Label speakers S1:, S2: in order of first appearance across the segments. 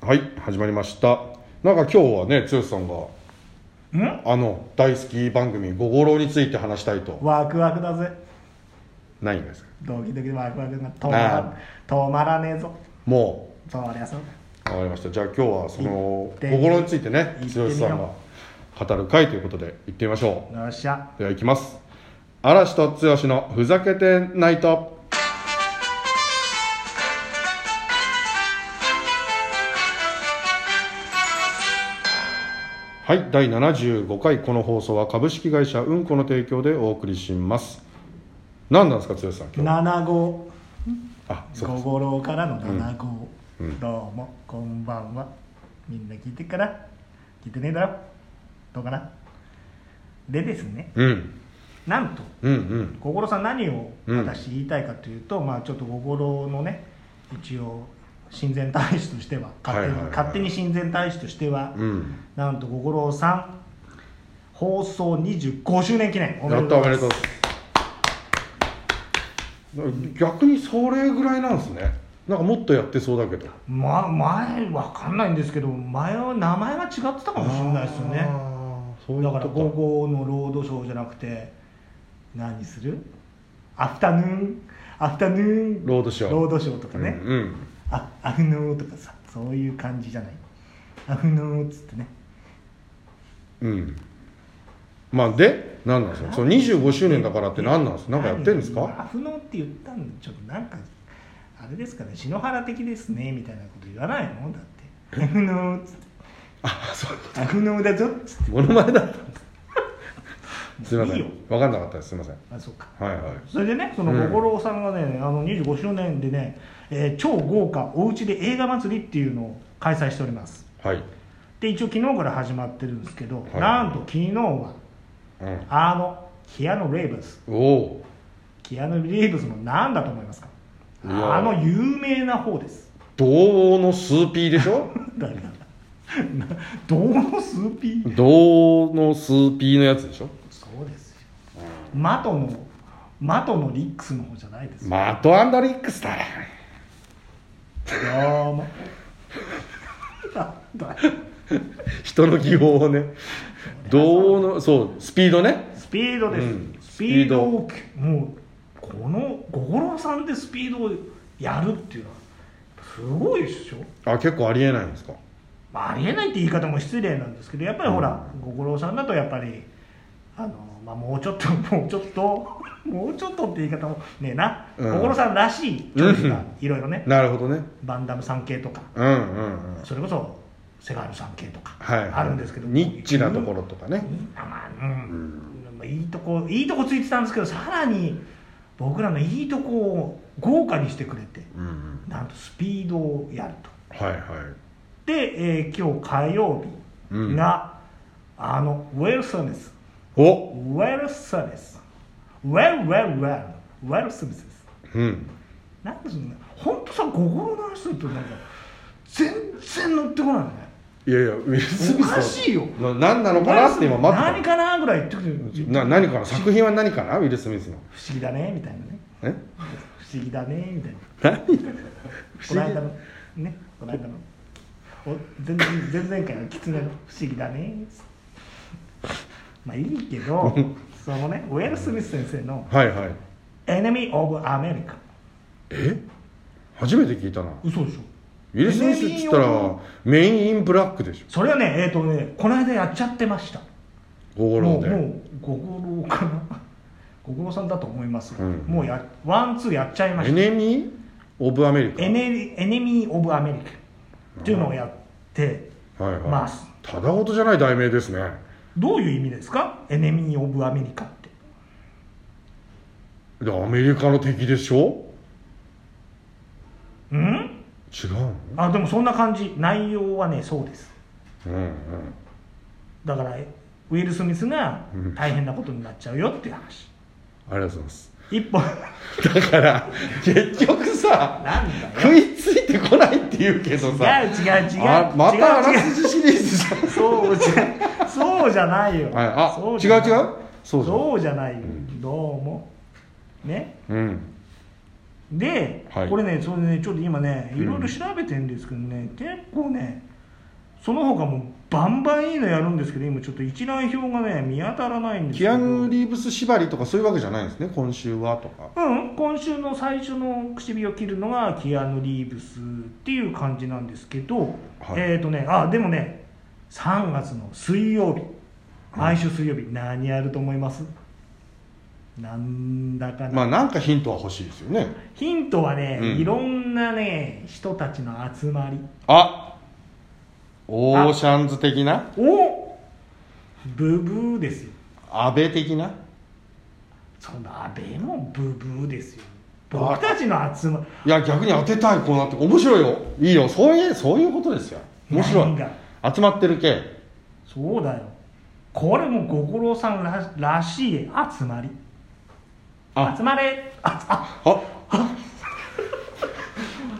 S1: はい始まりましたなんか今日はね剛さんが
S2: ん
S1: あの大好き番組「ごごろ」について話したいと
S2: ワクワクだぜ
S1: ないんですか
S2: ドキドキでワクワクが止ま
S1: あ
S2: ら止まらねえぞ
S1: も
S2: そりゃそう
S1: う分かりましたじゃあ今日はその「
S2: ってみ
S1: ごごろ」についてね
S2: 行って
S1: 剛
S2: みよう
S1: さんが語る回ということで行ってみましょ
S2: よっしゃ
S1: うでは行きます嵐と剛の「ふざけてないと」はい第75回この放送は株式会社うんこの提供でお送りします何なんですか剛さん今日
S2: 7号
S1: あそう
S2: 五
S1: です
S2: 五郎からの7号、
S1: うん
S2: どうもこんばんはみんな聞いてっから聞いてねえだろどうかなでですね
S1: うん
S2: なんと
S1: うんうん
S2: 五五郎さん何を
S1: うん
S2: 私言いたいかというと、まあちょっと五五郎のね一応親善大使としては勝手に,、
S1: はいはいはい
S2: 勝手に親善大使としては、
S1: うん
S2: なんと五五郎さん放送25周年記念おめ
S1: や
S2: で
S1: った
S2: とう
S1: お
S2: ご
S1: め
S2: ざい
S1: で
S2: ま
S1: と
S2: す
S1: う逆にそれぐらいなんですねなんかもっとやってそうだけど
S2: ま前わかんないんですけど前は名前が違ってたかもしれないですよね
S1: あーそういう
S2: だ
S1: こ
S2: から
S1: とか
S2: 午後のロードショーじゃなくて何するアフタヌーンアフタヌーン
S1: ロードショー
S2: ロードショーとかね、
S1: うんうん
S2: あアフノーとかさそういう感じじゃないアフノーっつってね
S1: うんまあで何なんですかその25周年だからって何なんですかなんかやってんです
S2: 何ア
S1: か
S2: フノーって言ったんでちょっとなんかあれですかね篠原的ですねみたいなこと言わないのだってアフノーっつって
S1: あそう
S2: アフノーだぞっつって
S1: モノマネだったんですすいませ
S2: いいよ
S1: ん分かんなかったですすいません
S2: あそうか
S1: はいはい
S2: それでねその
S1: うん
S2: 五郎さんがね、あの25周年でね、えー超豪華おうちで映画祭りっていうのを開催しております
S1: はい
S2: で一応昨日から始まってるんですけど、
S1: はい
S2: なんと昨日は
S1: うん
S2: あのキアノ・レイブス
S1: おお
S2: キアノ・リーブスの何だと思いますか
S1: うわ
S2: あの有名な方です
S1: 同王のスーピーでし ょ
S2: だからなどのスーピー
S1: 同王のスーピーのやつでしょ
S2: そうですよマトのマトのリックスの方じゃないですよ、
S1: マットアンダリックスだ
S2: どうもなんだ
S1: 人の技法をねどうのそうスピードね
S2: スピードです、
S1: うん
S2: スピードをもうこの五郎さんでスピードをやるっていうのはすごいでしょ
S1: あ結構ありえないんですか
S2: まあ、ありえないって言い方も失礼なんですけどやっぱりほら、ご五郎さんだとやっぱりあの、まあ、もうちょっと もうちょっともうちょっとって言い方もねえな、
S1: うん
S2: ご五郎さんらしいチョイスがいろいろね、
S1: なるほどね
S2: バンダムさん系とか
S1: うんうんうん
S2: それこそセガールさん系とか
S1: はいはい
S2: あるんですけど、
S1: ニッチなところとかね
S2: うんまあうんまあいいとこいいとこついてたんですけどさらに僕らのいいとこを豪華にしてくれて
S1: うんうん
S2: なんとスピードをやると
S1: はいはい
S2: で、えー今日火曜日
S1: うん
S2: が、あのウェルソンです
S1: お
S2: ウェルソンですウェルウェルウェルウェルソンです
S1: うん
S2: なんでそんな本当さ午後の話するとなんか全然乗ってこないのね
S1: いやいやウィル・スミスは
S2: おかしいよ
S1: な何なのかなって今待って
S2: 何かなぐらい言ってくる
S1: たな何かな作品は何かなウィル・スミスの
S2: 不思議だねみたいなね
S1: え
S2: 不思議だねみたいな
S1: 何
S2: この間のねこの間のお全然前々回の狐の不思議だねまあいいけど そのねウェル・スミス先生の
S1: はいはい
S2: 「エネミー・オブ・アメリカ
S1: え初めて聞いたな」
S2: 嘘でしょ
S1: ウィル・スミスっつったらメイン・イン・ブラックでしょ
S2: それはねえっ、とねこの間やっちゃってました
S1: ゴーロ
S2: も
S1: ン
S2: う
S1: で
S2: もうご苦労かなご苦労さんだと思いますが、
S1: うん
S2: もうやワンツーやっちゃいま
S1: エ
S2: した
S1: ネミー・オブ・アメリカ
S2: エネエネミー・オブ・アメリカっていうのをやって
S1: はいはい、
S2: ます
S1: ただごとじゃない題名ですね
S2: どういう意味ですかエネミー・オブ・アメリカって
S1: でアメリカの敵でしょ
S2: うん
S1: 違うの
S2: あでもそんな感じ内容はねそうです
S1: うんうん
S2: だからえウィル・スミスが
S1: うん
S2: 大変なことになっちゃうよっていう話、
S1: ありがとうございます
S2: 一 本
S1: だから結局さ
S2: なんだよ
S1: 食いついてこないって言うけどさ
S2: 違う違う違う
S1: あまたあ
S2: 違う
S1: ら
S2: 違う
S1: すじシリーズじゃん
S2: そうじゃそうじゃないよ、
S1: はいあ
S2: そう
S1: 違
S2: じ
S1: う
S2: ゃない
S1: 違うそうじゃん
S2: そうじゃないよどうもね
S1: うん
S2: で、
S1: はい
S2: これねそれねちょっと今ね
S1: うん
S2: いろいろ調べてるんですけどね、結構ねその他もバンバンいいのやるんですけど今ちょっと一覧表がね見当たらないんです
S1: キ
S2: けど
S1: アヌ・リーブス縛りとかそういうわけじゃないんですね今週はとか
S2: うん、今週の最初の唇を切るのがキアヌ・リーブスっていう感じなんですけど、
S1: はい
S2: えっ、とねあでもね3月の水曜日毎週水曜日、何やると思いますなんだかな、
S1: まあなんかヒントは欲しいですよね
S2: ヒントはね、
S1: うん
S2: いろんなね人たちの集まり
S1: あオーシャンズ的な
S2: おブブーですよ
S1: 安倍的な
S2: そんな安倍もブブーですよ僕たちの集まり
S1: いや逆に当てたいこうなって面白いよいいよそういうそういうことですよ面白
S2: 何
S1: い
S2: が
S1: 集まってる系
S2: そうだよこれもご苦労さんららしい集まり
S1: あ
S2: 集まれあ
S1: あ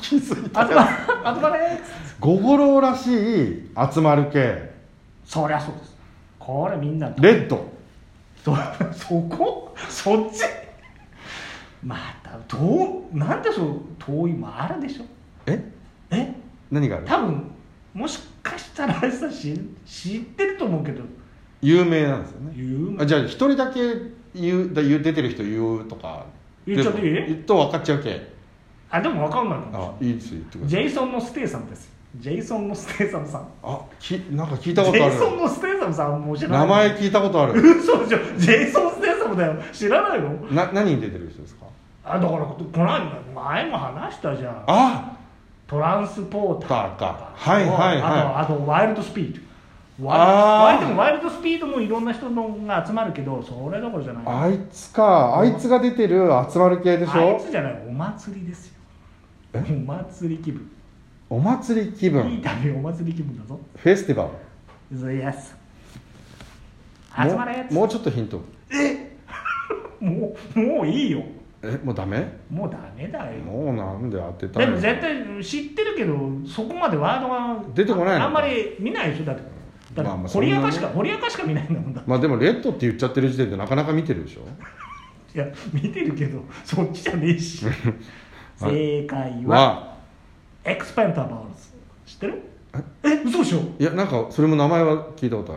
S1: 気づい
S2: あ
S1: た
S2: 集まれ集まれ
S1: ゴゴロらしい集まる系
S2: そりゃそうですこれみんな
S1: レッド
S2: そそこそっちまた遠なんでそう遠いもあるでしょ
S1: え
S2: え
S1: 何がある
S2: 多分もしかしたらさ知知ってると思うけど
S1: 有名なんですよね
S2: 言う
S1: あじゃあ一人だけ言うだ言う出てる人言うとか
S2: 言っちゃっていい
S1: でも言っと分かっちゃう系
S2: あでも分かんないかもしれない
S1: あいいですよ言ってくだ
S2: ジ
S1: さい
S2: ェイソンのステイサムですジェイソンのステイサムさん
S1: あきなんか聞い
S2: ジ
S1: たことあ
S2: ェイソン
S1: る
S2: のステイサムさんもう知らない
S1: 名前聞いたことある
S2: 嘘でしょジェイソン・ステイサムだよ知らないの
S1: な何に出てる人ですか
S2: あだからこの間前も話したじゃん
S1: あ
S2: トランスポーター
S1: かかはいはいはい
S2: あとあとワイルドスピード
S1: あ
S2: ワイ
S1: ー
S2: ルドでもワイルドスピードもいろんな人のが集まるけどそれどころじゃない
S1: あいつかあいつが出てる集まる系でし
S2: あい
S1: ょ
S2: つじゃないお祭りですよお
S1: え
S2: 祭り気分
S1: お祭り気
S2: いい
S1: 分
S2: 旅お祭り気分だぞ
S1: フェスティバル
S2: イエス
S1: もう
S2: 集まれ
S1: もうちょっとヒント
S2: もうもういいよ
S1: えもうダメ
S2: もうダメだよ
S1: もうなんで当てた
S2: で
S1: い
S2: も絶対知ってるけどそこまでワードが
S1: 出てこないの
S2: ああんまり見ないでしょだってだ
S1: まあま
S2: っ
S1: あ
S2: て堀
S1: そんな
S2: 赤
S1: ね
S2: しか堀赤しか見ないんだもんだ
S1: まあでもレッドって言っちゃってる時点でなかなか見てるでしょ
S2: いや見てるけどそっちじゃね えし正解は
S1: は
S2: エクスペンターバーズ知ってるえ嘘でしょ
S1: いやなんかそれも名前は聞いたことあ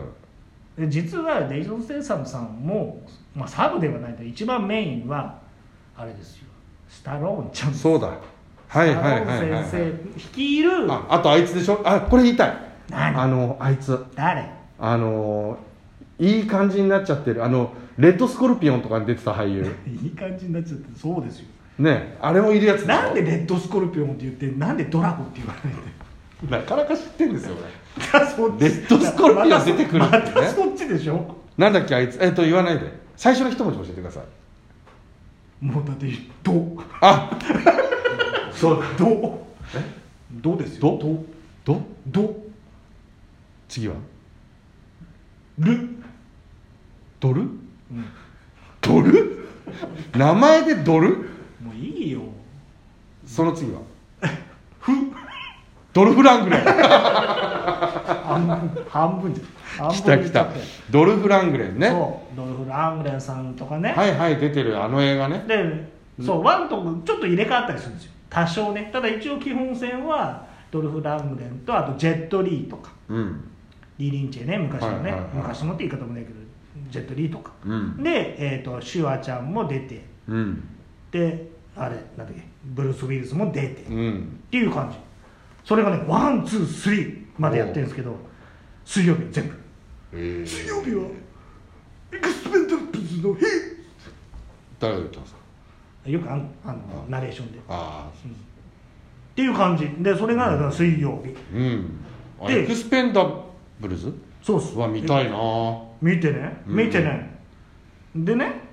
S1: る
S2: で実はデイジョン・ステイサムさんも、まあ、サブではないけど一番メインはあれですよスタローンちゃん
S1: そうだはいはいはいはい、
S2: スタ
S1: は
S2: ロ
S1: い
S2: ーン、先生率いる
S1: ああとあいつでしょあこれ言いたい
S2: 何
S1: あのあいつ
S2: 誰
S1: あのいい感じになっちゃってるあのレッドスコルピオンとかに出てた俳優
S2: いい感じになっちゃってそうですよ
S1: ねあれもいるやつしょ
S2: なんでレッドスコルピオンって言ってなんでドラゴンって言わないんだよ
S1: なかなか知ってんですよね
S2: そっち
S1: レッドスコルピオン出てくるって
S2: また
S1: ね
S2: またそっちでしょ
S1: なんだっけあいつえっと言わないで最初の一文字教えてください
S2: もうだってド
S1: あ
S2: そうドドですよ
S1: ドど
S2: ド
S1: 次は
S2: ル、
S1: ドル
S2: うん
S1: ドル名前でドル
S2: もういいよ
S1: その次はドルフラングレン
S2: 半分半分じゃん
S1: 来た来たドルフラングレンね
S2: ね
S1: は
S2: そうドルフ・ラングレンさんとかね、
S1: いはい出てるあの映画ね
S2: でそうワンとちょっと入れ替わったりするんですよ多少ねただ一応基本戦はドルフ・ラングレンとあとジェット・リーとか
S1: うん
S2: リー・リンチェね昔のね、
S1: はいはいはい
S2: 昔のって言い方もないけどジェット・リーとか
S1: うん
S2: で、えー、とシュワちゃんも出て
S1: うん
S2: であれなんだっけブルース・ウィルスも出て、
S1: う
S2: っ
S1: ん
S2: ていう感じそれがねワンツースリーまでやってるんですけど水曜日全部
S1: え
S2: 水曜日はエクスペンダブルズの日
S1: 誰が言ったんですか
S2: よくあんあのナレーションで、
S1: あ
S2: うんっていう感じでそれがだから水曜日、
S1: あうんあ
S2: で
S1: エクスペンダブルズ
S2: そうっす
S1: は見たいな
S2: 見てね
S1: うん
S2: 見てね、でね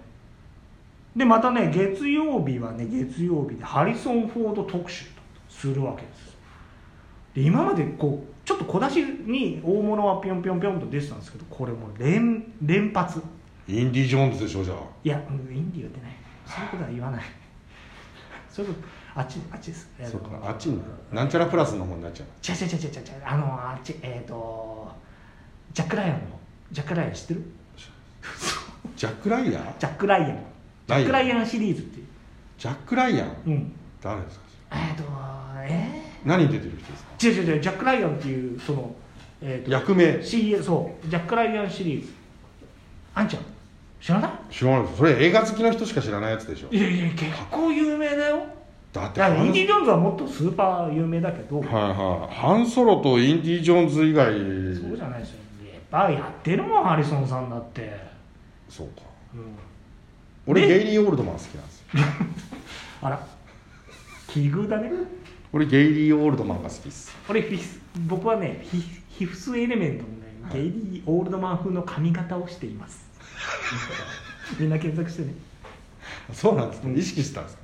S2: でまたね月曜日はね月曜日でハリソン・フォード特集とするわけですで今までこうちょっと小出しに大物はピョンピョンピョンと出てたんですけどこれもう連連発
S1: インディ・ジョーンズでしょじゃあ
S2: いやうんインディーは出ないそういうことは言わない そういうことあっちあっちです
S1: そうかあっちになんちゃらプラスの方になっちゃう
S2: 違う違う違う違う違うあのあっちえっ、とジャック・ライアンのジャック・ライアン知ってる
S1: ジャック・ライアン
S2: ジャック・ライアンジャック・ライアンシリーズっていう
S1: ジャック・ライアン
S2: うん
S1: 誰ですか
S2: えっとえ
S1: 何に出てる人ですか
S2: ー、違う違う違うジャック・ライアンっていうその、えー、と
S1: 役名
S2: CA そうジャック・ライアンシリーズあんちゃん知らない
S1: 知らないですそれ映画好きの人しか知らないやつでしょ
S2: いやいや結構有名だよ
S1: だって
S2: だからインディ・
S1: は
S2: ジョーンズはもっとスーパー有名だけど、
S1: いはいハンソロとインディ・ジョーンズ以外
S2: そうじゃないですよやっぱやってるもんハリソンさんだって、
S1: そうか
S2: うん、
S1: 俺
S2: ね
S1: ゲイリー・オールドマン好きなんですよ
S2: あら奇遇だね
S1: 俺ゲイリー・オールドマンが好きです
S2: 俺フィス僕はねヒヒフスエレメントのねゲイリー・オールドマン風の髪型をしています みんな検索してね
S1: そうなんですね意識してたんですか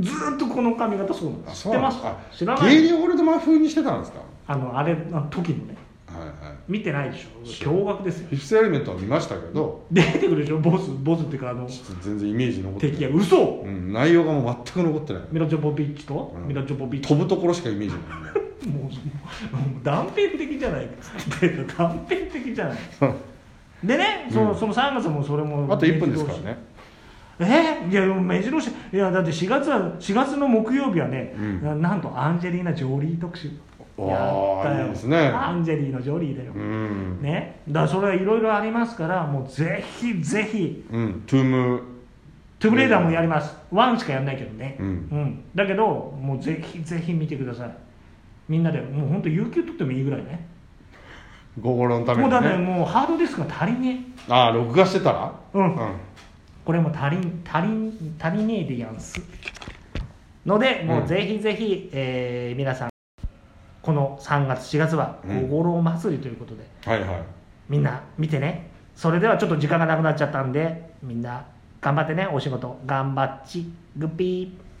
S2: ずーっとこの髪型そうなんで
S1: あ
S2: す
S1: そ
S2: 知っ
S1: う
S2: て
S1: な
S2: ま
S1: んで
S2: し
S1: すか
S2: た知ら
S1: あ
S2: な
S1: ゲイリ
S2: い
S1: ー・オールドマン風にしてたんですか
S2: あのあれの時のね
S1: はいはい
S2: 見てないでしょ
S1: 知らない
S2: 驚愕ですよ
S1: フィフスエレメントは見ましたけど
S2: 出てくるでしょボスボスっていうかあの
S1: ちょっと全然イメージ残って
S2: 敵
S1: な
S2: が
S1: い、
S2: 嘘
S1: うん、内容がもう全く残ってない
S2: ミラ・ジョボビッチと
S1: うん
S2: ミラ・ジョボビッチ
S1: 飛ぶところしかイメージない
S2: もうもうもう断片的じ ゃないですか断片的じゃないでねその,、
S1: うん
S2: その3月もそれも
S1: あと1分ですからね
S2: えいやもう目白押しいやだって4月は4月の木曜日はね、
S1: うん
S2: ななんとアンジェリーナ・ジョリー特集
S1: おー
S2: やったよ
S1: いいですね
S2: アンジェリーナ・ジョリーだよ、
S1: うん、
S2: ねだからそれはいろいろありますからもうぜひぜひ
S1: うん、トゥーム
S2: トゥームレーダーもやりますワンしかやんないけどね、
S1: うん
S2: んだけどもうぜひぜひ見てくださいみんなでもう本当有給取ってもいいぐらいね
S1: 午後のため
S2: もう
S1: に、
S2: だね
S1: ね、
S2: もうハードディスクが足りね
S1: ああ録画してたら
S2: えう
S1: うんん
S2: これも足りん足りん足りねえでやんすのでもうぜひぜひ、えー皆さんこの3月4月は
S1: うん
S2: おごろ祭りということで、
S1: はいはい
S2: みんな見てねそれではちょっと時間がなくなっちゃったんでみんな頑張ってねお仕事頑張っちグッピー